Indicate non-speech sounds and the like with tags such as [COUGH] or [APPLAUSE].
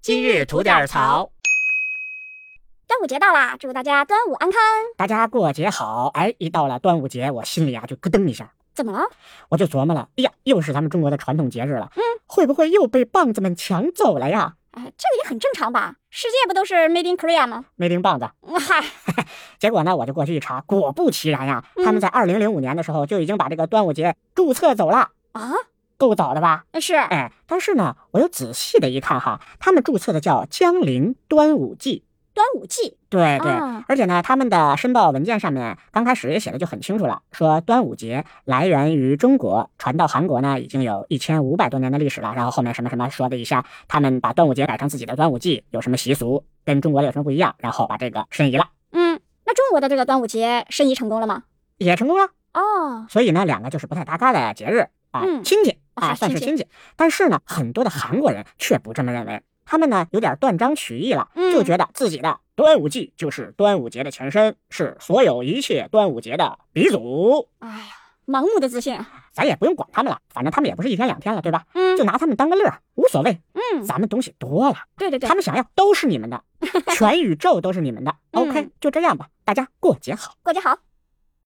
今日吐点槽。端午节到啦，祝大家端午安康。大家过节好！哎，一到了端午节，我心里啊就咯噔一下，怎么了？我就琢磨了，哎呀，又是咱们中国的传统节日了，嗯，会不会又被棒子们抢走了呀？哎，这个也很正常吧？世界不都是 Made in Korea 吗？没丁棒子。嗯嗨，结果呢，我就过去一查，果不其然呀、他们在二零零五年的时候就已经把这个端午节注册走了，啊，够早的吧？是哎，但是呢，我又仔细的一看哈，他们注册的叫江陵端午祭。端午祭对对，啊而且呢，他们的申报文件上面刚开始也写的就很清楚了，说端午节来源于中国，传到韩国呢已经有一千五百多年的历史了。然后后面什么什么说的一下，他们把端午节改成自己的端午祭，有什么习俗跟中国的有什么不一样，然后把这个申遗了，嗯，那中国的这个端午节申遗成功了吗？也成功了。哦，所以呢，两个就是不太搭嘎的节日啊，嗯亲戚啊啊，算是亲戚亲戚。但是呢，很多的韩国人却不这么认为，他们呢有点断章取义了，嗯就觉得自己的端午祭就是端午节的前身，是所有一切端午节的鼻祖。哎呀，盲目的自信啊。咱也不用管他们了，反正他们也不是一天两天了，对吧？嗯就拿他们当个乐儿，无所谓。嗯，咱们东西多了，对对对他，们想要 [LAUGHS] 都是你们的，全宇宙都是你们的。嗯 OK，就这样吧，大家过节好。过节好。